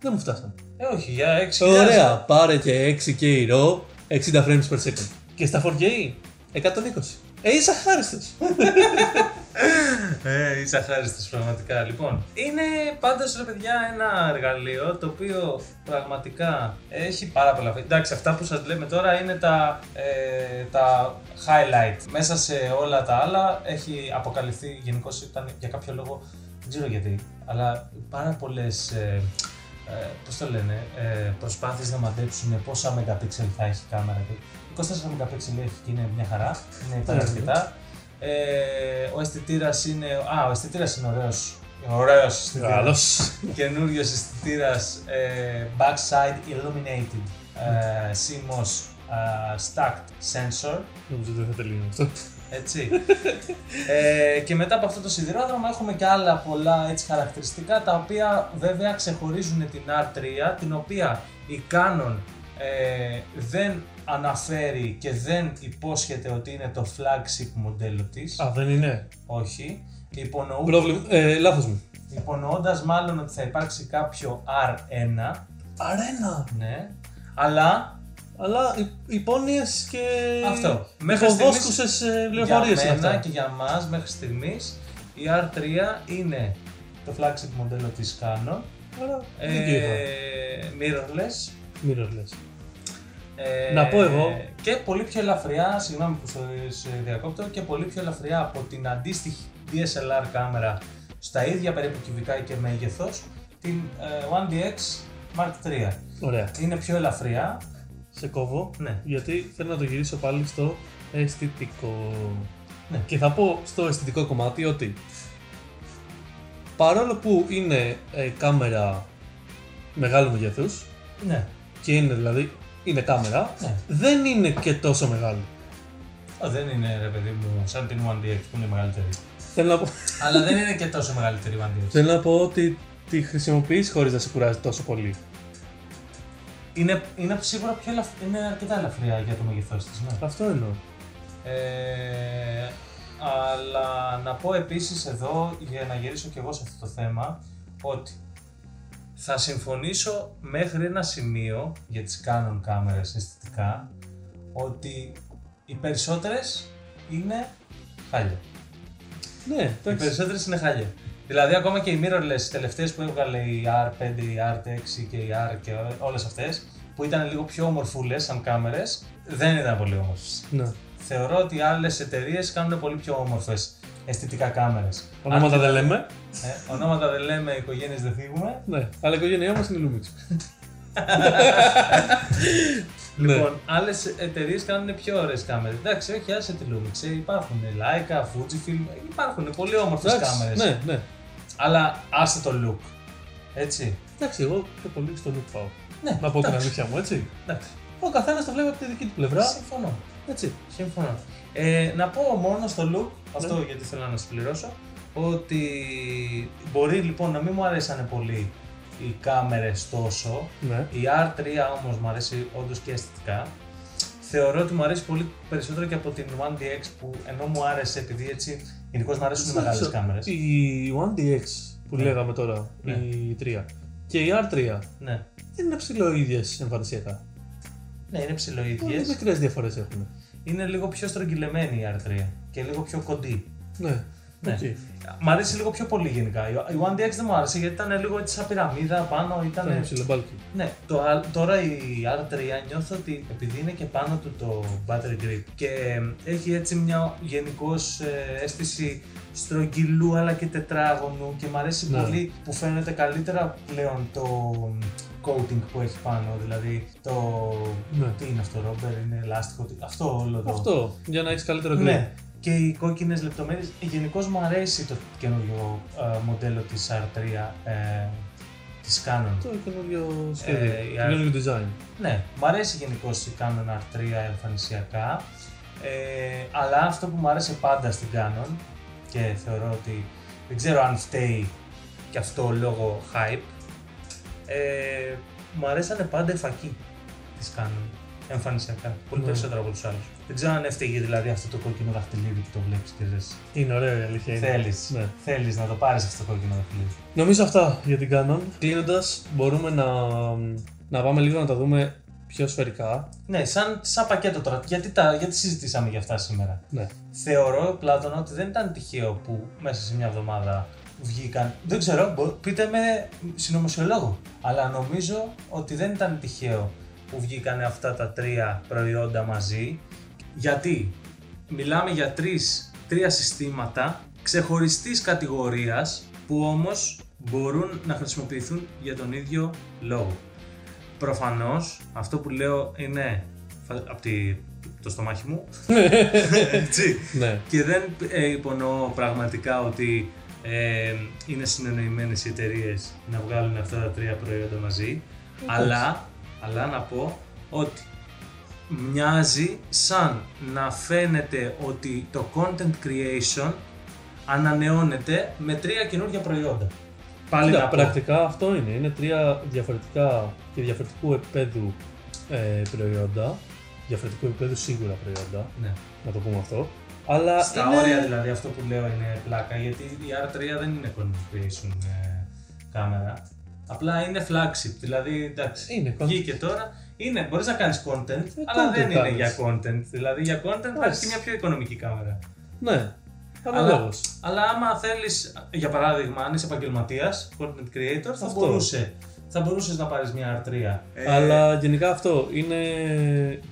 Speaker 2: δεν μου φτάσανε.
Speaker 3: Ε, όχι, για 6
Speaker 2: Ωραία, πάρε και 6K RAW 60 frames per second. Και στα 4K 120. Ε, είσαι αχάριστος.
Speaker 3: Ε, είσαι αχάριστος πραγματικά. Λοιπόν, είναι πάντως ρε παιδιά ένα εργαλείο το οποίο πραγματικά έχει πάρα πολλά. Εντάξει, αυτά που σας λέμε τώρα είναι τα, ε, τα highlight. Μέσα σε όλα τα άλλα έχει αποκαλυφθεί γενικώς ήταν για κάποιο λόγο, δεν ξέρω γιατί, αλλά πάρα πολλές. Ε, ε, πώς το λένε, ε, προσπάθειες να μαντέψουν πόσα μεγαπίξελ θα έχει η κάμερα. 24 μεγαπίξελ έχει και είναι μια χαρά, είναι
Speaker 2: Ναι, ναι.
Speaker 3: αρκετά. Ε, ο αισθητήρας είναι. Α, ο αισθητήρας είναι ωραίος. Ωραίος
Speaker 2: Καλό.
Speaker 3: Καινούριο αισθητήρας ε, backside illuminated. Ε, CMOS ε, stacked sensor.
Speaker 2: Νομίζω ότι δεν θα τελειώνει αυτό.
Speaker 3: Έτσι. ε, και μετά από αυτό το σιδηρόδρομο έχουμε και άλλα πολλά έτσι, χαρακτηριστικά τα οποία βέβαια ξεχωρίζουν την R3 την οποία η Canon ε, δεν αναφέρει και δεν υπόσχεται ότι είναι το flagship μοντέλο της.
Speaker 2: Α, δεν είναι.
Speaker 3: Όχι. Υπονοού...
Speaker 2: Πρόβλημα. Ε, λάθος μου.
Speaker 3: Υπονοώντας μάλλον ότι θα υπάρξει κάποιο R1,
Speaker 2: Αρένα.
Speaker 3: ναι, αλλά
Speaker 2: Αλλά οι- υπόνοιες και.
Speaker 3: αυτό. Μέχρι στιγμής,
Speaker 2: Υποβόσκουσες πληροφορίε
Speaker 3: για
Speaker 2: είναι
Speaker 3: μένα
Speaker 2: αυτά.
Speaker 3: και για μας μέχρι στιγμής, η R3 είναι το flagship μοντέλο της Canon,
Speaker 2: Άρα, δεν το είχα.
Speaker 3: ε, mirrorless,
Speaker 2: Μην ρωτάς.
Speaker 3: ε,
Speaker 2: Να πω εγώ.
Speaker 3: Και πολύ πιο ελαφριά, συγγνώμη που σε- σε διακόπτω, και πολύ πιο ελαφριά από την αντίστοιχη DSLR κάμερα στα ίδια περίπου κυβικά και μέγεθος, την ε, 1DX Mark III.
Speaker 2: Ωραία.
Speaker 3: Είναι πιο ελαφριά.
Speaker 2: Σε κόβω.
Speaker 3: Ναι.
Speaker 2: γιατί θέλω να το γυρίσω πάλι στο αισθητικό.
Speaker 3: Ναι.
Speaker 2: Και θα πω στο αισθητικό κομμάτι ότι παρόλο που είναι ε, κάμερα μεγάλου μεγέθους
Speaker 3: Ναι.
Speaker 2: και είναι δηλαδή είναι κάμερα,
Speaker 3: ναι.
Speaker 2: δεν είναι και τόσο μεγάλη.
Speaker 3: Α, δεν είναι ρε παιδί μου σαν την 1DX που είναι μεγαλύτερη.
Speaker 2: Θέλω να πω,
Speaker 3: Αλλά δεν είναι και τόσο μεγαλύτερη η 1DX.
Speaker 2: θέλω να πω ότι τη χρησιμοποιείς χωρίς να σε κουράζει τόσο πολύ.
Speaker 3: Είναι, είναι σίγουρα πιο ελαφ- είναι αρκετά ελαφριά για το μέγεθό της. Ναι.
Speaker 2: Αυτό εννοώ.
Speaker 3: Ε, αλλά να πω επίσης εδώ, για να γυρίσω και εγώ σε αυτό το θέμα, ότι θα συμφωνήσω μέχρι ένα σημείο για τις Canon κάμερες αισθητικά, ότι οι περισσότερες είναι χάλια.
Speaker 2: Ναι,
Speaker 3: Οι
Speaker 2: εντάξει.
Speaker 3: περισσότερες είναι χάλια. Δηλαδή, ακόμα και οι mirrorless τελευταίες που έβγαλε η R5, η R6 και η R και όλες αυτές, που ήταν λίγο πιο ομορφούλες σαν κάμερες, δεν ήταν πολύ όμορφες.
Speaker 2: Ναι.
Speaker 3: Θεωρώ ότι άλλες εταιρείες κάνουν πολύ πιο όμορφες αισθητικά κάμερες.
Speaker 2: Ονόματα δεν λέμε.
Speaker 3: Ε, ονόματα δεν λέμε, οικογένειες δεν φύγουμε.
Speaker 2: Ναι. Αλλά η οικογένειά μας είναι Lumix. Ναι.
Speaker 3: Λοιπόν, άλλες εταιρείες κάνουν πιο ωραίες κάμερες. Εντάξει, όχι, άσε τη Lumix. ε, Υπάρχουν Leica, Fujifilm, υπάρχουν πολύ όμορφες
Speaker 2: Εντάξει,
Speaker 3: κάμερες.
Speaker 2: Ναι, ναι.
Speaker 3: Αλλά άσε το look. Έτσι.
Speaker 2: Εντάξει, εγώ πιο πολύ στο look πάω.
Speaker 3: Ναι,
Speaker 2: Να πω την
Speaker 3: εντάξει,
Speaker 2: αλήθεια μου, έτσι.
Speaker 3: εντάξει.
Speaker 2: Ο καθένας το βλέπει από τη δική του πλευρά.
Speaker 3: Συμφωνώ.
Speaker 2: Έτσι.
Speaker 3: Συμφωνώ. Ε, να πω μόνο στο
Speaker 2: Ναι.
Speaker 3: look, αυτό γιατί θέλω να συμπληρώσω, ότι μπορεί λοιπόν να μην μου αρέσανε πολύ οι κάμερες τόσο,
Speaker 2: Ναι.
Speaker 3: η R3 όμως μου αρέσει όντως και αισθητικά. Θεωρώ ότι μου αρέσει πολύ περισσότερο και από την 1DX που ενώ μου άρεσε επειδή έτσι γενικώς μου αρέσουν οι μεγάλες κάμερες.
Speaker 2: Η 1DX που
Speaker 3: Ναι.
Speaker 2: λέγαμε τώρα,
Speaker 3: Ναι.
Speaker 2: η 3 και η R3
Speaker 3: Ναι.
Speaker 2: δεν είναι ψηλό ίδιες εμφανισιακά.
Speaker 3: ναι, είναι
Speaker 2: Πολύ
Speaker 3: ψηλοίδιες.
Speaker 2: μικρές διαφορές έχουν.
Speaker 3: Είναι λίγο πιο στρογγυλεμένη η R3 και λίγο πιο κοντή.
Speaker 2: Ναι.
Speaker 3: Ναι.
Speaker 2: Οκ.
Speaker 3: Μ' αρέσει λίγο πιο πολύ γενικά. Η η 1DX δεν μου άρεσε γιατί ήταν λίγο έτσι σαν πυραμίδα πάνω. Ήταν...
Speaker 2: Ήταν ψηλό μπάλκι.
Speaker 3: Ναι, το, α- τώρα η R3 νιώθω ότι επειδή είναι και πάνω του το battery grip και εμ, έχει έτσι μια γενικώς αίσθηση στρογγυλού αλλά και τετράγωνου και μου αρέσει
Speaker 2: Ναι.
Speaker 3: πολύ που φαίνεται καλύτερα πλέον το coating που έχει πάνω. Δηλαδή το.
Speaker 2: Ναι.
Speaker 3: Τι είναι αυτό, ρόμπερ, είναι ελάστικο. τι- Αυτό όλο το.
Speaker 2: Αυτό για να έχεις καλύτερο grip.
Speaker 3: Ναι. Και οι κόκκινες λεπτομέρειες. Γενικώς μου αρέσει το καινούριο ε, μοντέλο της R3 ε, της Canon.
Speaker 2: Το καινούριο σχέδιο.
Speaker 3: Ε, η
Speaker 2: το καινούριο design.
Speaker 3: Ναι, μου αρέσει γενικώς η Canon R3 εμφανισιακά. Ε, αλλά αυτό που μου άρεσε πάντα στην Canon και θεωρώ ότι δεν ξέρω αν φταίει και αυτό λόγω hype. Ε, μου αρέσανε πάντα οι φακοί της Canon εμφανισιακά. Πολύ
Speaker 2: Ναι.
Speaker 3: περισσότερο από τους άλλους. Δεν ξέρω αν έφταιγε δηλαδή αυτό το κόκκινο δαχτυλίδι που το βλέπεις και ζες.
Speaker 2: Είναι ωραίο η αλήθεια. είναι.
Speaker 3: Θέλεις.
Speaker 2: Ναι.
Speaker 3: Θέλεις να το πάρεις αυτό το κόκκινο δαχτυλίδι.
Speaker 2: Νομίζω αυτά για την Canon. Κλείνοντας, μπορούμε να, να πάμε λίγο να τα δούμε πιο σφαιρικά.
Speaker 3: Ναι, σαν, σαν πακέτο τώρα. Γιατί, τα, γιατί συζητήσαμε για αυτά σήμερα.
Speaker 2: Ναι.
Speaker 3: Θεωρώ, Πλάτωνα, ότι δεν ήταν τυχαίο που μέσα σε μια εβδομάδα βγήκαν. Δεν ξέρω, μπο- πείτε με συνωμοσιολόγο. Αλλά νομίζω ότι δεν ήταν τυχαίο που βγήκαν αυτά τα τρία προϊόντα μαζί. Γιατί μιλάμε για τρεις, τρία συστήματα ξεχωριστής κατηγορίας που όμως μπορούν να χρησιμοποιηθούν για τον ίδιο λόγο. Προφανώς αυτό που λέω είναι από το στομάχι μου. Έτσι.
Speaker 2: ναι.
Speaker 3: Και δεν ε, υπονοώ πραγματικά ότι ε, είναι συνεννοημένες οι εταιρείες να βγάλουν αυτά τα τρία προϊόντα μαζί. Αλλά, αλλά να πω ότι μοιάζει σαν να φαίνεται ότι το content creation ανανεώνεται με τρία καινούργια προϊόντα. Πάλι
Speaker 2: Κοίτα,
Speaker 3: να πω.
Speaker 2: πρακτικά αυτό είναι. Είναι τρία διαφορετικά και διαφορετικού επίπεδου ε, προϊόντα. Διαφορετικού επίπεδου σίγουρα προϊόντα,
Speaker 3: Ναι.
Speaker 2: να το πούμε αυτό. Αλλά
Speaker 3: Στα
Speaker 2: είναι-
Speaker 3: όρια δηλαδή αυτό που λέω είναι πλάκα γιατί η R3 δεν είναι content creation ε, κάμερα. Απλά είναι flagship, δηλαδή εντάξει.
Speaker 2: Είναι content.
Speaker 3: Βγήκε τώρα. Είναι, μπορείς να κάνεις content, αλλά
Speaker 2: Ε, content
Speaker 3: δεν είναι
Speaker 2: κάνεις.
Speaker 3: για content. Δηλαδή για content θα έχεις
Speaker 2: Εντάξει.
Speaker 3: και μια πιο οικονομική κάμερα.
Speaker 2: Ναι, αναλόγως.
Speaker 3: Αλλά άμα θέλεις, για παράδειγμα, αν είσαι επαγγελματίας, content creator, θα
Speaker 2: Αυτό.
Speaker 3: μπορούσε. Θα μπορούσες να πάρεις μια R3.
Speaker 2: Ε, Αλλά γενικά αυτό είναι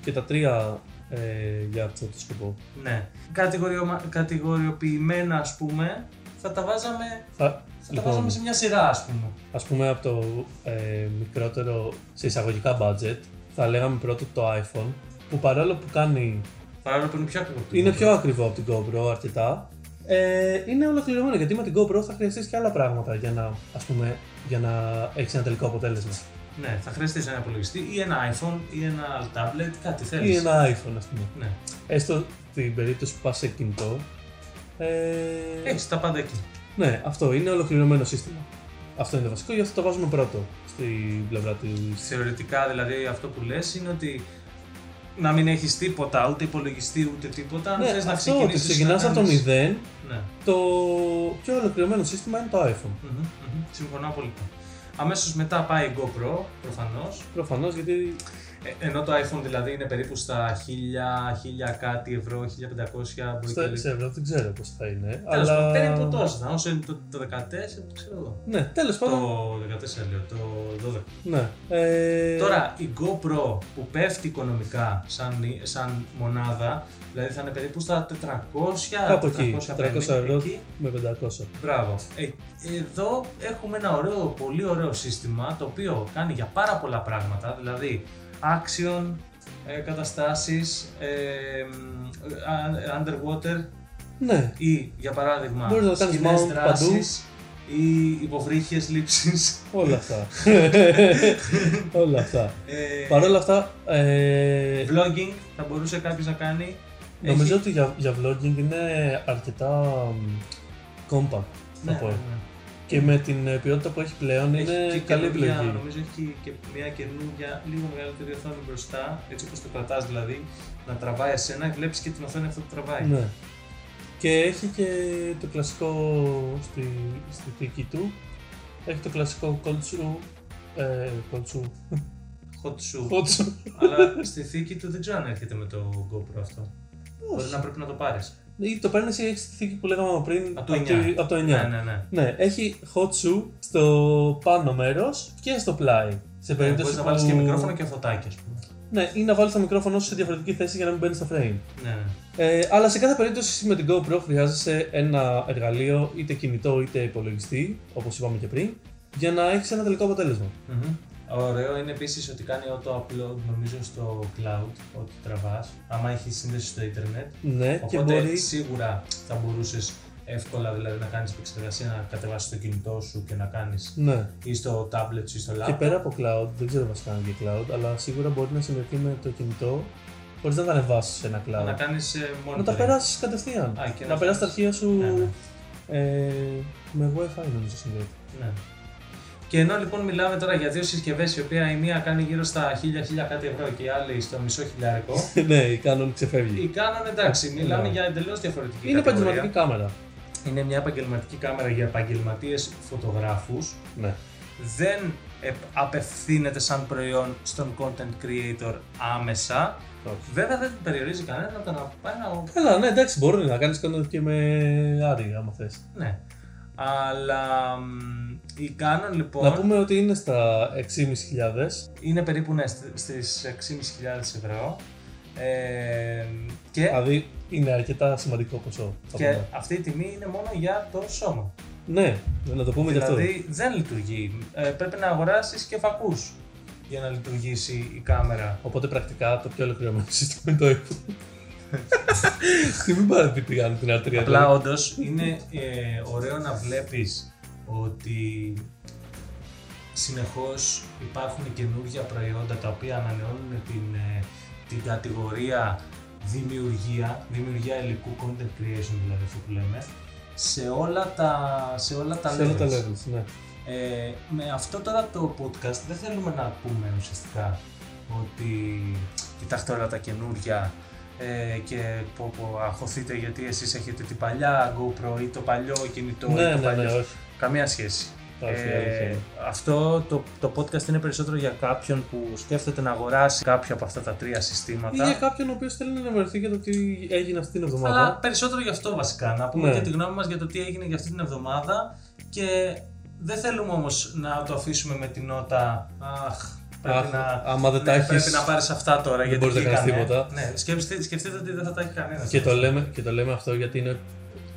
Speaker 2: και τα τρία ε, για αυτό το σκοπό.
Speaker 3: Ναι. Κατηγοριωμα- κατηγοριοποιημένα, ας πούμε, θα τα βάζαμε,
Speaker 2: Θα,
Speaker 3: θα τα
Speaker 2: λοιπόν,
Speaker 3: βάζαμε σε μια σειρά, ας πούμε.
Speaker 2: ας πούμε από το ε, μικρότερο σε εισαγωγικά budget θα λέγαμε πρώτο το iPhone που παρόλο που κάνει
Speaker 3: Παρόλο που είναι πιο ακριβό. από το
Speaker 2: είναι
Speaker 3: Google.
Speaker 2: πιο ακριβό από την GoPro αρκετά ε, είναι ολοκληρωμένο γιατί με την GoPro θα χρειαστείς και άλλα πράγματα για να, ας πούμε, για να έχεις ένα τελικό αποτέλεσμα
Speaker 3: Ναι, θα χρειαστείς ένα υπολογιστή ή ένα iPhone ή ένα tablet, κάτι θέλεις.
Speaker 2: ή ένα iPhone ας πούμε
Speaker 3: Ναι.
Speaker 2: έστω την περίπτωση που πας σε κινητό ε,
Speaker 3: Έχεις τα πάντα εκεί.
Speaker 2: Ναι, αυτό είναι ολοκληρωμένο σύστημα. Αυτό είναι το βασικό, γι' αυτό το βάζουμε πρώτο στην πλευρά του.
Speaker 3: Θεωρητικά δηλαδή αυτό που λες είναι ότι να μην έχεις τίποτα, ούτε υπολογιστή ούτε τίποτα. αν θες να
Speaker 2: Ναι, αυτό ότι
Speaker 3: ξεκινήσεις να
Speaker 2: ξεκινάς από το
Speaker 3: κάνεις-
Speaker 2: μηδέν,
Speaker 3: Ναι.
Speaker 2: το πιο ολοκληρωμένο σύστημα είναι το iPhone.
Speaker 3: Μμμ, μμμ. Συμφωνώ απόλυτα. Αμέσως μετά πάει η GoPro, προφανώς.
Speaker 2: Προφανώς γιατί.
Speaker 3: Ε, ενώ το iPhone δηλαδή είναι περίπου στα 1000, 1000 κάτι ευρώ, 1500 μπορεί και
Speaker 2: Στα,
Speaker 3: λίγο.
Speaker 2: σε ευρώ δεν ξέρω πώς θα είναι.
Speaker 3: Τέλος
Speaker 2: αλλά...
Speaker 3: πάντων, περίπου τόσο. Να όσο είναι το, το 14, το ξέρω εγώ.
Speaker 2: Ναι, τέλος πάντων.
Speaker 3: Το 14 λέω, το 12.
Speaker 2: Ναι. Ε,
Speaker 3: Τώρα η GoPro που πέφτει οικονομικά σαν, σαν μονάδα, δηλαδή θα είναι περίπου στα 400,
Speaker 2: Κάπου εκεί, 400 ευρώ
Speaker 3: εκεί.
Speaker 2: με 500.
Speaker 3: Μπράβο. Ε, εδώ έχουμε ένα ωραίο, πολύ ωραίο σύστημα το οποίο κάνει για πάρα πολλά πράγματα, δηλαδή action, ε, καταστάσεις, ε, μ, α- underwater
Speaker 2: Ναι,
Speaker 3: ή για παράδειγμα
Speaker 2: Μπορείς να κάνεις
Speaker 3: σκηνές
Speaker 2: mount
Speaker 3: δράσης ή υποβρύχιες λήψεις.
Speaker 2: όλα αυτά. όλα αυτά.
Speaker 3: Ε,
Speaker 2: Παρ' όλα αυτά, ε,
Speaker 3: Vlogging θα μπορούσε κάποιος να κάνει.
Speaker 2: νομίζω ότι για, για vlogging είναι αρκετά μ, compact. Θα
Speaker 3: Ναι,
Speaker 2: πω.
Speaker 3: ναι, ναι.
Speaker 2: Και με την ε, ποιότητα που έχει πλέον
Speaker 3: Έχει
Speaker 2: είναι
Speaker 3: και
Speaker 2: καλή
Speaker 3: καινούργια-
Speaker 2: επιλογή.
Speaker 3: Νομίζω έχει και μια καινούργια λίγο μεγαλύτερη οθόνη μπροστά, έτσι όπως το κρατάς δηλαδή, να τραβάει εσένα και βλέπεις και την οθόνη αυτό που τραβάει.
Speaker 2: Ναι. Και έχει και το κλασικό στη, στη θήκη του. Έχει το κλασικό κολτσού. Ε, κολτσού.
Speaker 3: Hot shoe.
Speaker 2: Κολτσού.
Speaker 3: Αλλά στη θήκη του δεν ξέρω αν έρχεται με το GoPro αυτό. Μπορεί να πρέπει να το πάρεις.
Speaker 2: Ή το παίρνει ή έχει τη θήκη που λέγαμε πριν
Speaker 3: Από το
Speaker 2: απ'
Speaker 3: 9.
Speaker 2: απ' το 9.
Speaker 3: Ναι, ναι, ναι.
Speaker 2: Ναι, έχει hot shoe στο πάνω μέρος και στο πλάι. Σε περίπτωση
Speaker 3: Μπορείς Ε, να
Speaker 2: που-
Speaker 3: βάλεις και μικρόφωνο και φωτάκι, ας πούμε.
Speaker 2: Ναι, ή να βάλεις το μικρόφωνο σου σε διαφορετική θέση για να μην μπαίνει στο frame.
Speaker 3: Ναι, ναι.
Speaker 2: Ε, αλλά σε κάθε περίπτωση με την GoPro χρειάζεσαι ένα εργαλείο, είτε κινητό είτε υπολογιστή, όπως είπαμε και πριν, για να έχεις ένα τελικό αποτέλεσμα.
Speaker 3: Μμμ. Ωραίο είναι επίσης ότι κάνει auto upload νομίζω στο cloud, ό,τι τραβάς. Άμα έχεις σύνδεση στο Ιντερνετ,
Speaker 2: Ναι, και
Speaker 3: Οπότε
Speaker 2: μπορείς.
Speaker 3: σίγουρα θα μπορούσες εύκολα δηλαδή, να κάνεις επεξεργασία, να κατεβάσεις το κινητό σου και να κάνεις
Speaker 2: Ναι.
Speaker 3: ή στο tablet σου ή στο
Speaker 2: Και
Speaker 3: laptop.
Speaker 2: πέρα από cloud, δεν ξέρω βασικά αν είναι και cloud, αλλά σίγουρα μπορεί να συνδεθεί με το κινητό χωρίς να τα ανεβάσει σε ένα
Speaker 3: Να ε,
Speaker 2: cloud.
Speaker 3: κάνει μόνο.
Speaker 2: Να τα περάσεις κατευθείαν.
Speaker 3: Α, και
Speaker 2: Να
Speaker 3: να
Speaker 2: περάσεις τα αρχεία σου
Speaker 3: Ναι, ναι.
Speaker 2: ε, με WiFi νομίζω συνδέεται.
Speaker 3: Ναι. Και ενώ λοιπόν μιλάμε τώρα για δύο συσκευές, η οποία η μία κάνει γύρω στα 1000-1000 κάτι ευρώ και η άλλη στο μισό χιλιάρικο,
Speaker 2: ναι, η Canon ξεφεύγει.
Speaker 3: η Canon εντάξει,
Speaker 2: Ναι.
Speaker 3: μιλάμε για εντελώς διαφορετική
Speaker 2: Είναι
Speaker 3: κατηγορία.
Speaker 2: επαγγελματική κάμερα.
Speaker 3: Είναι μια επαγγελματική κάμερα για επαγγελματίες φωτογράφους.
Speaker 2: Ναι.
Speaker 3: δεν ε, απευθύνεται σαν προϊόν στον content creator άμεσα.
Speaker 2: Όχι.
Speaker 3: Βέβαια δεν την περιορίζει κανένα από το να πάει να
Speaker 2: Καλά, ναι, εντάξει, μπορεί να κάνεις κανένα και με Άρη, άμα θες.
Speaker 3: Ναι. Αλλά μ, οι Canon λοιπόν
Speaker 2: Να πούμε ότι είναι στα 6.500.
Speaker 3: είναι περίπου ναι, στι- στις 6.500 ευρώ. Ε, και,
Speaker 2: Δηλαδή είναι αρκετά σημαντικό ποσό. θα
Speaker 3: και
Speaker 2: πούμε.
Speaker 3: αυτή η τιμή είναι μόνο για το σώμα.
Speaker 2: Ναι, να το πούμε και αυτό.
Speaker 3: δηλαδή δεν λειτουργεί. Ε, πρέπει να αγοράσεις και φακούς για να λειτουργήσει η κάμερα.
Speaker 2: Οπότε πρακτικά το πιο ολοκληρωμένο σύστημα είναι το iPhone. Τι μην πάρετε τι κάνουν την αρτηρία.
Speaker 3: Απλά όντως είναι ε, ωραίο να βλέπεις ότι συνεχώς υπάρχουν καινούργια προϊόντα τα οποία ανανεώνουν την, ε, την κατηγορία δημιουργία, δημιουργία υλικού content creation δηλαδή αυτό που λέμε, σε όλα τα, σε όλα τα
Speaker 2: Θέλω τα
Speaker 3: levels.
Speaker 2: levels, ναι.
Speaker 3: Ε, με αυτό τώρα το podcast δεν θέλουμε να πούμε ουσιαστικά ότι κοιτάξτε όλα τα καινούργια ε, και πω πω αγχωθείτε γιατί εσείς έχετε την παλιά GoPro ή το παλιό κινητό ή
Speaker 2: Ναι,
Speaker 3: το
Speaker 2: ναι,
Speaker 3: παλιό.
Speaker 2: ναι, όχι.
Speaker 3: Καμία σχέση.
Speaker 2: Όχι,
Speaker 3: Ε,
Speaker 2: αλήθεια είναι.
Speaker 3: αυτό το, το podcast είναι περισσότερο για κάποιον που σκέφτεται να αγοράσει κάποιο από αυτά τα τρία
Speaker 2: Ή για
Speaker 3: συστήματα.
Speaker 2: κάποιον ο οποίος θέλει να ενημερωθεί για το τι έγινε αυτή την εβδομάδα.
Speaker 3: Αλλά περισσότερο γι' αυτό βασικά. Να πούμε
Speaker 2: Ναι.
Speaker 3: και τη γνώμη μας για το τι έγινε για αυτή την εβδομάδα. Και δεν θέλουμε όμως να το αφήσουμε με την νότα. Αχ, πρέπει
Speaker 2: Αχ,
Speaker 3: να.
Speaker 2: άμα δεν
Speaker 3: ναι,
Speaker 2: τα
Speaker 3: πρέπει
Speaker 2: έχεις
Speaker 3: να πάρεις αυτά τώρα.
Speaker 2: δεν
Speaker 3: γιατί
Speaker 2: μπορείς να κάνεις
Speaker 3: βγήκανε».
Speaker 2: τίποτα.
Speaker 3: Ναι, σκεφτείτε, σκεφτείτε ότι δεν θα τα έχει ε. κανένας.
Speaker 2: Και το, λέμε, και το λέμε αυτό γιατί είναι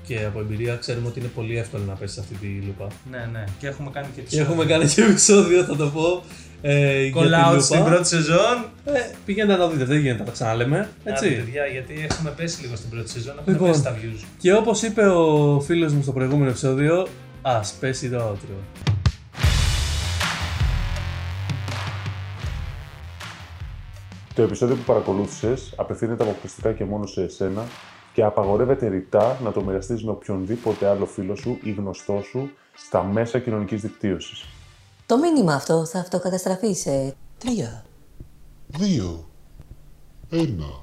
Speaker 2: και από εμπειρία ξέρουμε ότι είναι πολύ εύκολο να πέσεις σε αυτή τη λούπα.
Speaker 3: Ναι, ναι. Και έχουμε κάνει και
Speaker 2: Και
Speaker 3: τι
Speaker 2: έχουμε κάνει και επεισόδιο, θα το πω. Ε, για τη
Speaker 3: Call out στην
Speaker 2: λούπα.
Speaker 3: πρώτη σεζόν.
Speaker 2: Ε, πηγαίνετε να το δείτε, δεν γίνεται να τα ξαναλέμε.
Speaker 3: Άντε,
Speaker 2: Έτσι.
Speaker 3: παιδιά, γιατί έχουμε πέσει λίγο στην πρώτη σεζόν. Έχουμε
Speaker 2: Λοιπόν.
Speaker 3: πέσει τα views.
Speaker 2: Και όπως είπε ο φίλος μου στο προηγούμενο επεισόδιο, ας πέσει το outro.
Speaker 1: Το επεισόδιο που παρακολούθησες απευθύνεται αποκλειστικά και μόνο σε εσένα και απαγορεύεται ρητά να το μοιραστείς με οποιονδήποτε άλλο φίλο σου ή γνωστό σου στα μέσα κοινωνικής δικτύωσης.
Speaker 4: Το μήνυμα αυτό θα αυτοκαταστραφεί σε
Speaker 5: δύο, ένα.